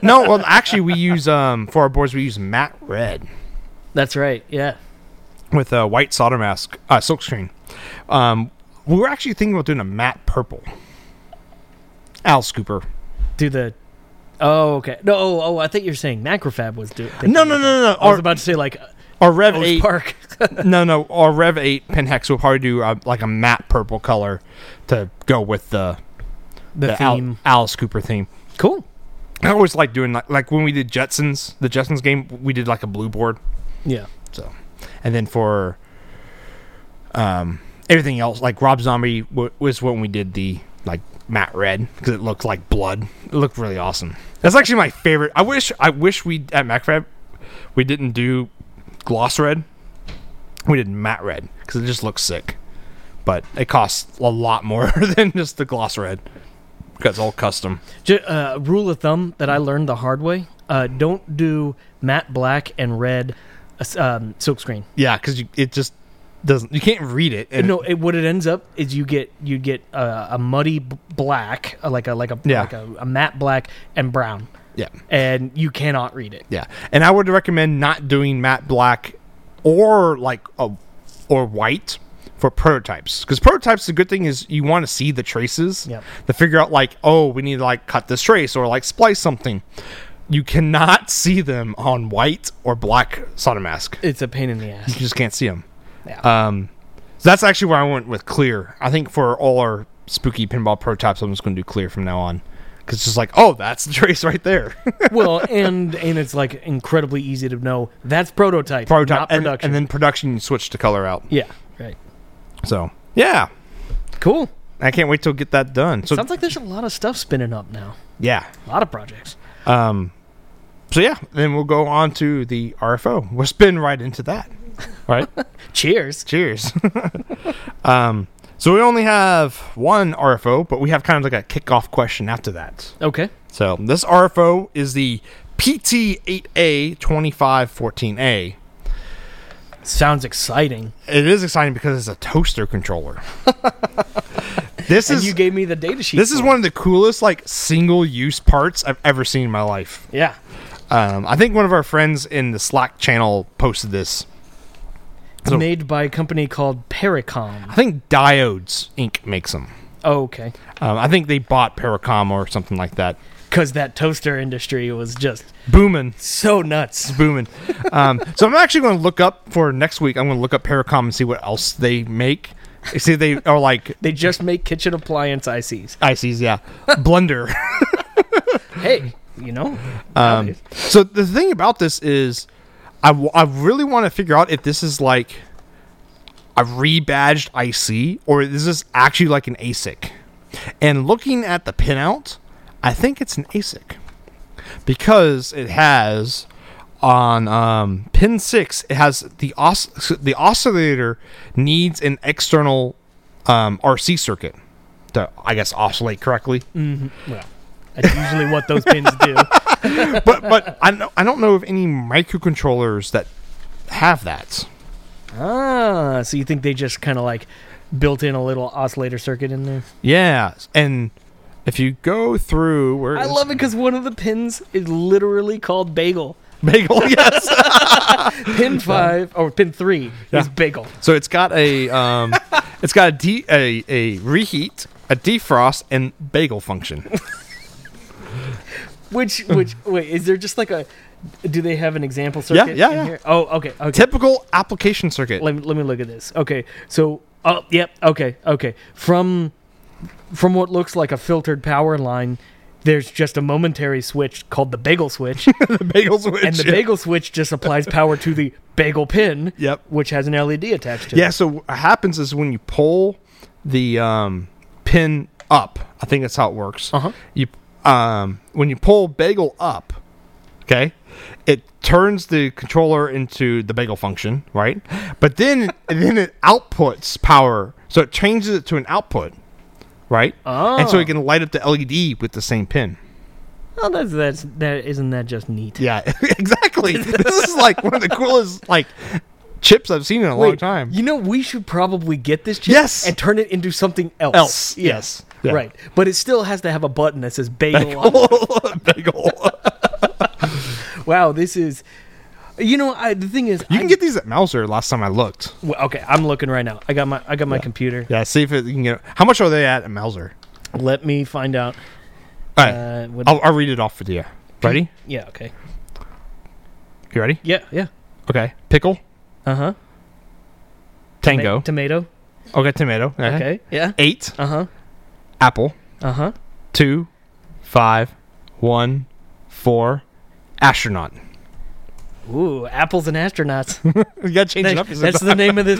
A: No, well actually we use um for our boards we use matte red
B: That's right. Yeah.
A: with a white solder mask, uh silk screen. Um we were actually thinking about doing a matte purple. Al Scooper.
B: Do the. Oh, okay. No, oh, oh I think you're saying Macrofab was doing.
A: No, no, no, no, no.
B: I was
A: Our,
B: about to say like
A: our Rev
B: O's
A: 8
B: Park.
A: No, no. Our Rev 8 Penhex will probably do uh, like a matte purple color to go with the
B: the,
A: the Al,
B: theme.
A: Al Scooper theme.
B: Cool.
A: I always like doing like like when we did Jetsons, the Jetsons game, we did like a blue board.
B: Yeah.
A: So, and then for um everything else, like Rob Zombie w- was when we did the like matte red because it looked like blood. It looked really awesome. That's actually my favorite. I wish I wish we at MacFab we didn't do gloss red. We did matte red because it just looks sick. But it costs a lot more than just the gloss red. Because it's all custom.
B: Ju- uh, rule of thumb that I learned the hard way: uh, don't do matte black and red uh, s- um, silkscreen.
A: Yeah, because it just doesn't. You can't read it. And
B: No, it, what it ends up is you get you get uh, a muddy b- black, uh, like a like a
A: Yeah.
B: like a, a matte black and brown,
A: yeah,
B: and you cannot read it.
A: yeah. And I would recommend not doing matte black or like a, or white for prototypes because prototypes. The good thing is you want to see the traces
B: Yep.
A: to figure out like oh we need to like cut this trace or like splice something. You cannot see them on white or black solder mask.
B: It's a pain in the ass.
A: You just can't see them.
B: Yeah.
A: Um, so that's actually where I went with clear. I think for all our spooky pinball prototypes, I'm just going to do clear from now on. Because it's just like, oh, that's the trace right there.
B: well, and and it's like incredibly easy to know that's prototype,
A: Prototype.
B: not
A: and-
B: production.
A: And, then production, you switch to color out.
B: yeah, right.
A: So, yeah.
B: Cool.
A: I can't wait till get that done. So,
B: Sounds like there's a lot of stuff spinning up now.
A: yeah.
B: A lot of projects.
A: Um, so, yeah. Then we'll go on to the RFO. We'll spin right into that. Right?
B: Cheers.
A: Cheers. um, so, we only have one RFO, but we have kind of like a kickoff question after that.
B: Okay.
A: So this RFO is the PT8A2514A.
B: Sounds exciting.
A: It is exciting because it's a toaster controller. this
B: And
A: is
B: you gave me the data sheet.
A: this is
B: for
A: one of the coolest like single use parts I've ever seen in my life.
B: it. Yeah.
A: Um, I think one of our friends in the Slack channel posted this. So-
B: Made by a company called Paracom.
A: I think Diodes Inc. makes them.
B: Oh, okay.
A: Um, I think they bought Paracom or something like that.
B: Because that toaster industry was just
A: Boomin.
B: so nuts.
A: booming. Um, so I'm actually going to look up for next week. I'm going to look up Paracom and see what else they make. See, if they are like
B: They just make kitchen appliance ICs.
A: ICs, yeah, Blender.
B: Hey, you know.
A: Um, so the thing about this is, I, w- I really want to figure out if this is like a rebadged IC or is this actually like an ASIC. And looking at the pinout, I think it's an ASIC because it has on um, pin six. It has the os- the oscillator needs an external um, RC circuit to, I guess, oscillate correctly.
B: Well, that's usually what those pins do.
A: but but I know, I don't know of any microcontrollers that have that.
B: Ah, so you think they just kind of like built in a little oscillator circuit in there?
A: Yeah, and if you go through where
B: I
A: is-
B: love it because one of the pins is literally called bagel.
A: bagel, yes.
B: Pin five or pin three is
A: Yeah.
B: bagel.
A: So it's got a um, it's got a de- a a reheat, a defrost, and bagel function.
B: Which which wait is there just like a? Do they have an example circuit?
A: yeah,
B: in
A: yeah.
B: Here? Oh, okay, okay.
A: Typical application circuit.
B: Let me let me look at this. Okay, so oh yep, okay, okay. From from what looks like a filtered power line, there's just a momentary switch called the bagel switch,
A: the bagel switch.
B: and the bagel switch just applies power to the bagel pin,
A: Yep.
B: which has an LED attached to it.
A: Yeah. So what happens is when you pull the um, pin up, I think that's how it works.
B: Uh-huh.
A: You um, when you pull bagel up, okay, it turns the controller into the bagel function, right? But then and then it outputs power, so it changes it to an output, right? And so
B: Oh.
A: you can light up the LED with the same pin.
B: Oh, that's that's that isn't that just neat?
A: Yeah, exactly. this is like one of the coolest like chips I've seen in a long
B: Wait,
A: time.
B: You know, we should probably get this chip
A: Yes.
B: and turn it into something else.
A: Else,
B: Yeah.
A: yes. Yeah.
B: Right. But it still has to have a button that says bagel. on it.
A: bagel.
B: Wow, this is. You know, I, the thing is,
A: You
B: I,
A: can get these at Mouser. Last time I looked.
B: Well, okay, I'm looking right now. I got my I got my computer.
A: Yeah, see if it, you can get. How much are they at at Mouser?
B: Let me find out.
A: All right,
B: Uh, what,
A: I'll, I'll read it off for you. Ready?
B: yeah. Okay.
A: You ready?
B: Yeah. Yeah.
A: Okay. Pickle,
B: Uh huh.
A: tango.
B: tomato.
A: okay, tomato. Okay.
B: Okay. Yeah.
A: Eight,
B: Uh huh.
A: apple.
B: Uh huh.
A: Two, five, one, four, astronaut.
B: Ooh, apples and astronauts.
A: You gotta change it up.
B: That's, that's the name of this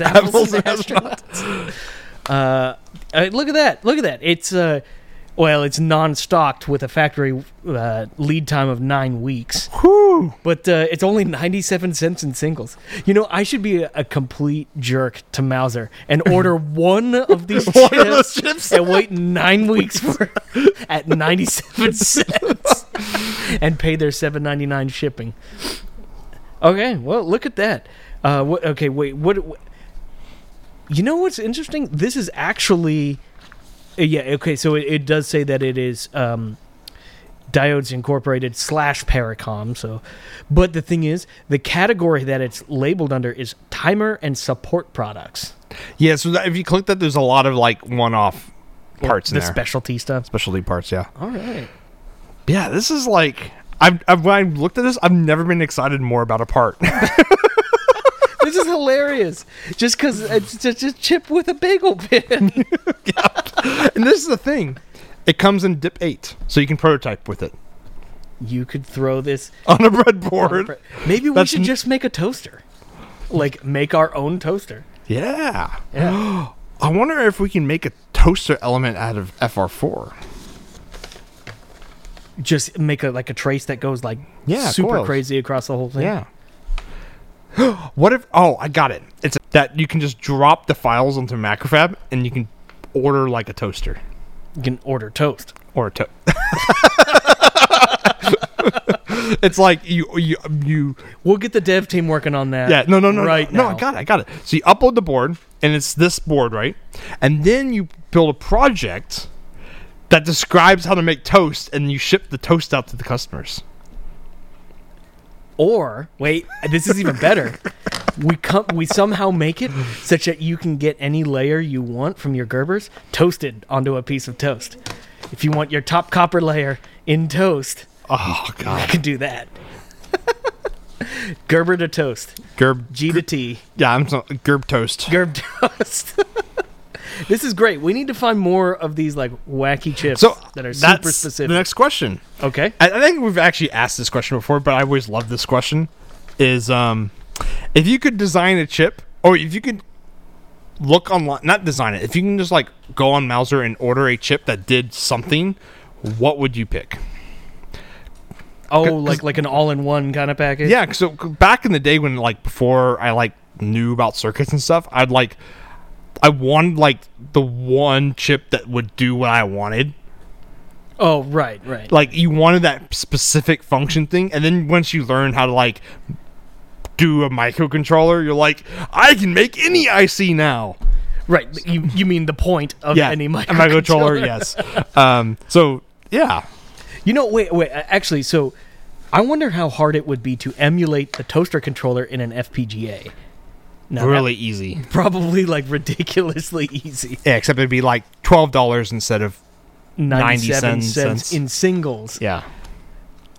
B: Apples, and astronauts. Uh, uh, look at that! Look at that! It's uh, well, it's non-stocked with a factory uh, lead time of nine weeks,
A: Whew.
B: but uh, it's only ninety-seven cents in singles. You know, I should be a, a complete jerk to Mauser and order one of these
A: One
B: chips
A: of those chips.
B: and wait nine weeks for at ninety-seven cents and pay their seven ninety-nine shipping. Okay, well, look at that. Uh, what? Okay, wait. What? what you know what's interesting? This is actually, uh, yeah. Okay, so it, it does say that it is um, diodes incorporated slash Paracom. So, but the thing is, the category that it's labeled under is timer and support products,
A: Yeah. So that, if you click that, there's a lot of like one-off parts in
B: the
A: there.
B: specialty stuff.
A: Specialty parts. Yeah.
B: All right.
A: Yeah. This is like. I've, I've, when I looked at this, I've never been excited more about a part.
B: this is hilarious. Just because it's just a chip with a bagel pin.
A: And this is the thing. It comes in dip eight, so you can prototype with it
B: You could throw this
A: on a breadboard.
B: Maybe we
A: That's
B: should
A: n-
B: just make a toaster. Like make our own toaster.
A: yeah.
B: Yeah.
A: I wonder if we can make a toaster element out of FR4.
B: just make a like a trace that goes like
A: Yeah,
B: super
A: coils.
B: crazy across the whole thing.
A: what if? Oh, I got it. It's that you can just drop the files onto Macrofab and you can order like a toaster
B: You can order toast.
A: or a to. it's like you you you
B: We'll get the dev team working on that.
A: Yeah, no, no, no,
B: right
A: no, no.
B: now.
A: I got it. I got it. So you upload the board, and it's this board, right? And then you build a project that describes how to make toast, and you ship the toast out to the customers.
B: Or wait, this is even better. We come, we somehow make it such that you can get any layer you want from your Gerbers toasted onto a piece of toast. If you want your top copper layer in toast,
A: Oh
B: I
A: God,
B: can do that. Gerber to toast,
A: Gerb.
B: G to T.
A: Yeah, I'm so, Gerb toast.
B: Gerb toast. this is great. We need to find more of these like wacky chips
A: So
B: that are super
A: that's
B: specific.
A: The next question.
B: okay.
A: I, I think we've actually asked this question before, but I always love this question. Is um, if you could design a chip, or if you could look online, not design it, if you can just like go on Mauser and order a chip that did something, what would you pick?
B: Oh,
A: 'Cause-
B: like like an all-in-one kind of package.
A: Yeah, so back in the day when like before I like knew about circuits and stuff, I'd like I wanted like the one chip that would do what I wanted.
B: Oh, right, right.
A: Like you wanted that specific function thing, and then once you learn how to like do a microcontroller, you're like, I can make any IC now.
B: right. You you mean the point of
A: Yeah,
B: any
A: a
B: microcontroller?
A: microcontroller, yes. Um, so yeah,
B: You know, wait, wait. uh, Actually, so I wonder how hard it would be to emulate the toaster controller in an FPGA. Now,
A: really easy.
B: that- probably like ridiculously easy.
A: Yeah, except it'd be like twelve dollars instead of
B: 97
A: cents.
B: cents in singles.
A: yeah.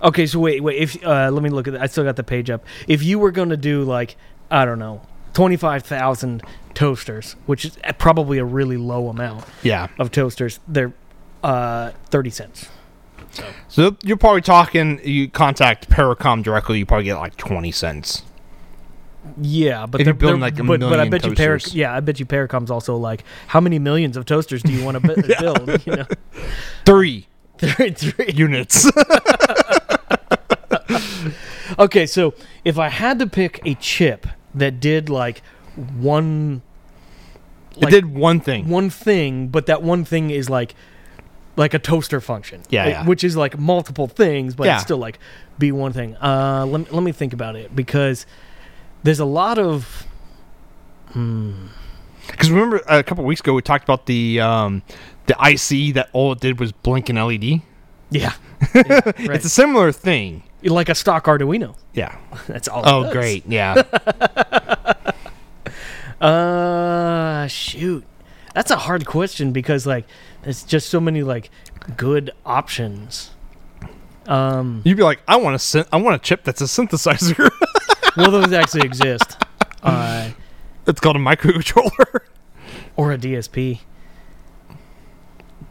B: Okay, so wait, wait. If uh, let me look at. The, I still got the page up. If you were going to do like I don't know, twenty five thousand toasters, which is uh, probably a really low amount
A: Yeah.
B: of toasters, they're uh, thirty cents.
A: So you're probably talking. You contact Paracom directly. You probably get like twenty cents.
B: Yeah, but
A: If
B: they're
A: you're building,
B: they're-
A: like, a
B: but, but I
A: million
B: bet you
A: toasters.
B: Paracom. Yeah, I bet you Paracom's also like, how many millions of toasters do you want to b- build? You know,
A: Three
B: three, three.
A: units.
B: Okay, so if I had to pick a chip that did like one
A: it did one thing.
B: one thing, but that one thing is like like a toaster function.
A: Yeah,
B: Like,
A: yeah.
B: Which is like multiple things, but
A: Yeah.
B: it's still like be one thing. Uh let me, let me think about it because there's a lot of
A: Because remember, a couple weeks ago we talked about the um, the IC that all it did was blink an LED.
B: yeah. Yeah, right.
A: It's a similar thing.
B: like a stock Arduino.
A: Yeah.
B: That's all. it
A: Oh,
B: does.
A: great. Yeah.
B: Uh, shoot, that's a hard question because like there's just so many like good options. Um,
A: You'd be like, I want a syn- I want a chip that's a synthesizer.
B: will those actually exist? Uh,
A: it's called a microcontroller.
B: or a DSP.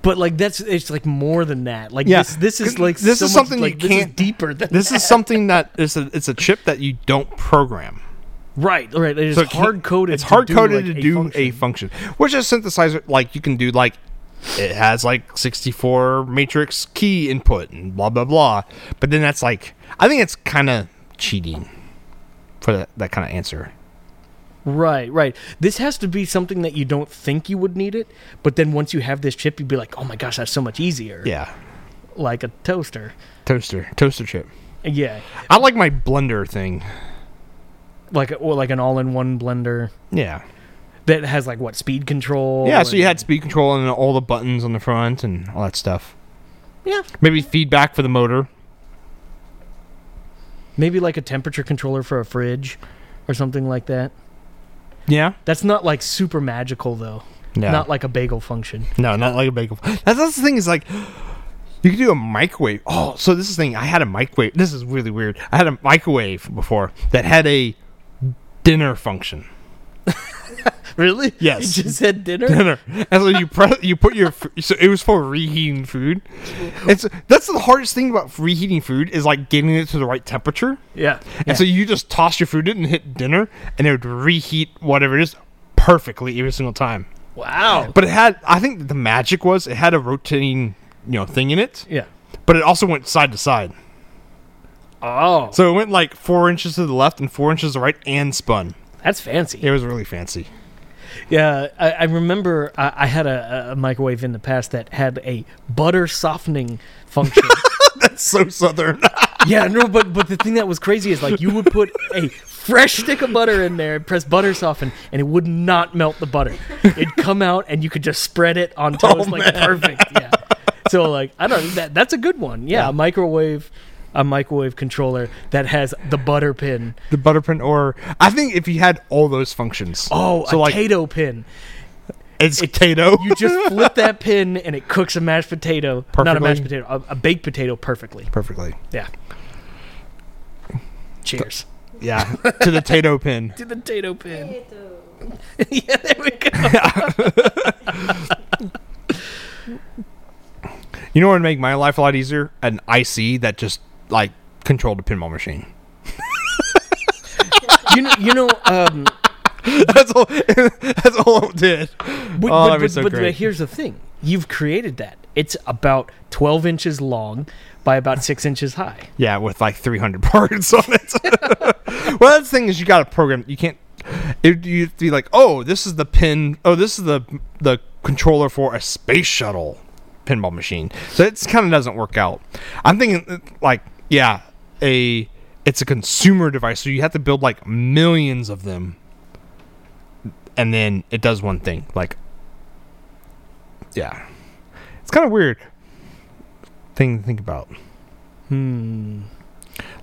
B: But like that's it's like more than that. Like
A: Yeah,
B: this this is
A: 'cause
B: like
A: this
B: so
A: is
B: much,
A: something you
B: like, this is
A: can't-
B: deeper than
A: this is something that is a, it's a chip that you don't program.
B: right right. It is
A: So it can't-
B: hard coded.
A: It's hard coded
B: to
A: to
B: like,
A: do,
B: a
A: a,
B: function.
A: function. which is synthesizer. Like you can do like it has like 64 matrix key input and blah blah blah. But then that's like I think it's kind of cheating for that, that kind of answer.
B: Right, right. This has to be something that you don't think you would need it, but then once you have this chip, you'd be like, oh my gosh, that's so much easier.
A: Yeah,
B: like a toaster.
A: toaster toaster chip.
B: Yeah,
A: I like my blender thing.
B: like or like an all-in-one blender
A: Yeah,
B: that has like what speed control.
A: yeah. So you
B: and-
A: had speed control and all the buttons on the front and all that stuff.
B: yeah,
A: Maybe feedback for the motor.
B: maybe like a temperature controller for a fridge or something like that.
A: Yeah.
B: That's not like super magical though.
A: No.
B: Not like a bagel function.
A: No, not like a bagel. That's, that's the thing is like you can do a microwave. Oh, so this is the thing. I had a microwave. This is really weird. I had a microwave before that had a dinner function.
B: Really?
A: Yes.
B: You just said dinner.
A: Dinner. And so you press, you put your f- so it was for reheating food. It's that's the hardest thing about reheating food is like getting it to the right temperature.
B: yeah.
A: And so you just toss your food in and hit dinner and it would reheat whatever it is perfectly every single time.
B: wow.
A: But it had I think the magic was it had a rotating, you know, thing in it.
B: yeah.
A: but it also went side to side.
B: Oh,
A: So it went like four inches to the left and four inches to the right and spun.
B: that's fancy.
A: It was really fancy.
B: Yeah, I, I remember I, I had a, a microwave in the past that had a butter softening function.
A: That's so southern.
B: yeah, no, but but the thing that was crazy is like you would put a fresh stick of butter in there, press butter soften, and it would not melt the butter. It'd come out, and you could just spread it on
A: Oh,
B: toast like perfect. Yeah. So like I don't that that's a good one. Yeah,
A: Yeah.
B: A microwave, a microwave controller that has the butter pin.
A: the butter pin, or I think if you had all those functions.
B: Oh,
A: so
B: a
A: like
B: potato pin.
A: it's potato.
B: You just flip that pin and it cooks a mashed potato. Not a mashed
A: Perfectly.
B: potato, a, a baked potato perfectly.
A: perfectly.
B: Yeah. Cheers.
A: Yeah, to the potato pin.
B: To the potato pin.
C: Potato.
B: yeah, there we go.
A: You know what would make my life a lot easier? An IC that just like controlled a pinball machine.
B: You know, you know um,
A: That's all. that's all it did.
B: But,
A: Oh,
B: but,
A: that'd be
B: but,
A: so
B: but
A: great.
B: here's the thing. you've created that. It's about 12 inches long by about six inches high.
A: Yeah, with like 300 parts on it. well, that's the thing is you got to program. You can't. It, you'd be like, oh, this is the pin. Oh, this is the the controller for a space shuttle pinball machine. So it's kind of doesn't work out. I'm thinking uh, like, yeah, a it's a consumer device, so you have to build like millions of them, and then it does one thing. Like, yeah, it's kind of weird thing to think about.
B: Hmm.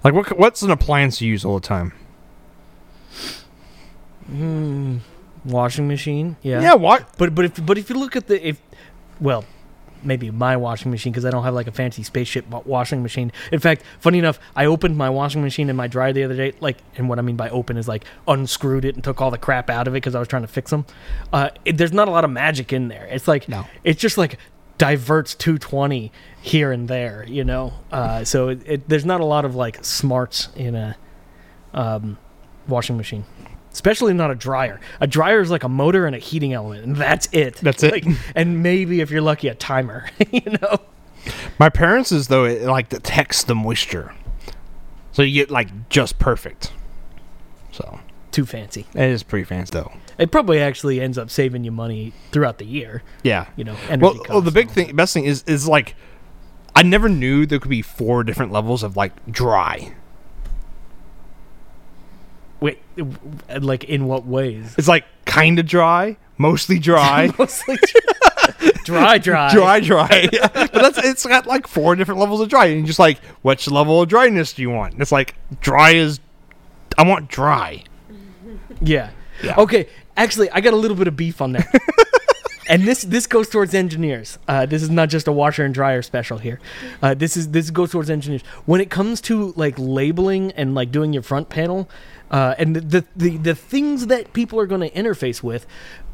A: Like, what what's an appliance you use all the time?
B: Hmm. Washing machine. Yeah.
A: Yeah, what?
B: But but if but if you look at the if well, maybe my washing machine because I don't have like a fancy spaceship wa- washing machine. In fact, funny enough, I opened my washing machine in my dryer the other day. Like, and what I mean by open is like unscrewed it and took all the crap out of it because I was trying to fix them. Uh, it, there's not a lot of magic in there. It's like
A: No.
B: it's just like diverts 220 here and there, you know. Uh, so it, it, there's not a lot of like smarts in a um, washing machine. Especially not a dryer. A dryer is like a motor and a heating element, and that's it.
A: That's it.
B: Like, and maybe if you're lucky, a timer. you know.
A: My parents is though it like detects the moisture, so you get like just perfect. So
B: too fancy.
A: it is pretty fancy though.
B: It probably actually ends up saving you money throughout the year.
A: Yeah.
B: You know, energy
A: well,
B: costs.
A: well, the big
B: and all
A: thing, best thing is is like, I never knew there could be four different levels of like dry.
B: that. Wait, w- w- like in what ways?
A: It's like kind of dry, mostly dry,
B: Mostly dry- dry, dry,
A: dry, dry. Yeah. but that's it's got like four different levels of dry, and you're just like, which level of dryness do you want? And it's like dry is, I want dry.
B: Yeah.
A: Yeah.
B: Okay. Actually, I got a little bit of beef on that. and this this goes towards engineers. Uh, this is not just a washer and dryer special here. Uh, this is this goes towards engineers. When it comes to like labeling and like doing your front panel, uh, and the, the the the things that people are going to interface with,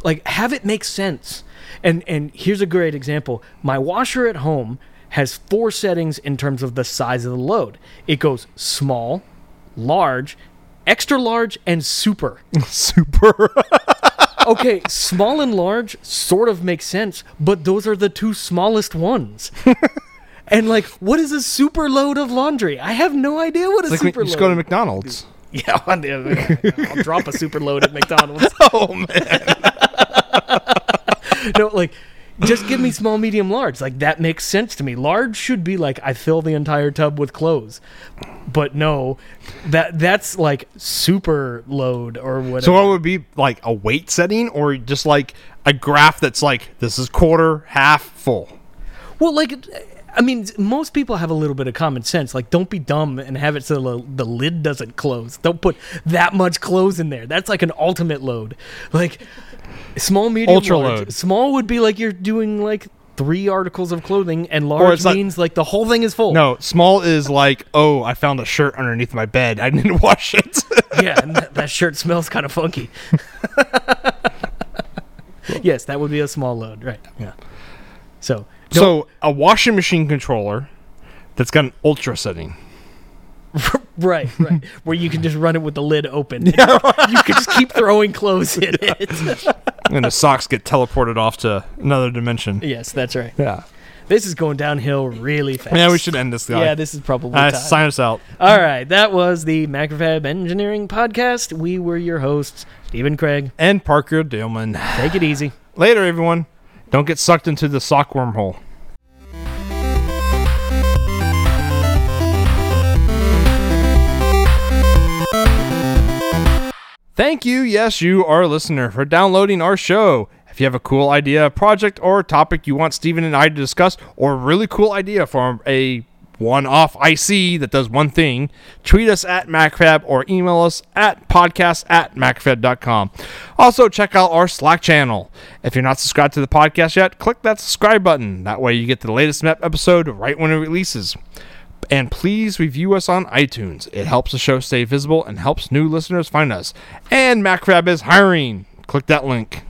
B: like have it make sense. And and here's a great example. My washer at home has four settings in terms of the size of the load. It goes small, large, extra large, and super
A: Super.
B: okay, small and large sort of makes sense, but those are the two smallest ones. and like, what is a super load of laundry? I have no idea what a
A: like when
B: super
A: you
B: load.
A: just go to McDonald's.
B: yeah, I'll, I'll drop a super load at McDonald's.
A: Oh man.
B: no, like, just give me small, medium, large. Like that makes sense to me. Large should be like I fill the entire tub with clothes. But no, that that's like super load or whatever.
A: So what would be like a weight setting or just like a graph that's like this is quarter, half, full.
B: Well, like, I mean, most people have a little bit of common sense. Like, don't be dumb and have it so the, the lid doesn't close. Don't put that much clothes in there. That's like an ultimate load. Like, small, medium,
A: Ultra
B: large.
A: load.
B: Small would be like you're doing like three articles of clothing, and
A: it's
B: large
A: like-
B: means like the whole thing is full.
A: No, small is like, oh, I found a shirt underneath my bed. I didn't wash it.
B: yeah, and that, that shirt smells kind of funky. yes, that would be a small load, right? Yeah. So,
A: so a washing machine controller that's got an ultra setting.
B: Right, right. Where you can just run it with the lid open. you can just keep throwing clothes in it.
A: And the socks get teleported off to another dimension.
B: yes, that's right.
A: Yeah.
B: This is going downhill really fast.
A: Yeah, we should end this guy.
B: Yeah, this is probably
A: uh,
B: time.
A: sign us out.
B: All right, that was the Macrofab Engineering Podcast. We were your hosts, Stephen Craig.
A: And Parker Dillman.
B: Take it easy.
A: Later, everyone. Don't get sucked into the sock wormhole. Thank you, yes, you, our listener, for downloading our show. If you have a cool idea, project, or topic you want Steven and I to discuss, or a really cool idea for a one off IC that does one thing, tweet us at MacFab or email us at podcast at MacFab.com. Also, check out our Slack channel. If you're not subscribed to the podcast yet, click that subscribe button. That way, you get the latest map episode right when it releases. And please review us on iTunes. It helps the show stay visible and helps new listeners find us. And MacFab is hiring. Click that link.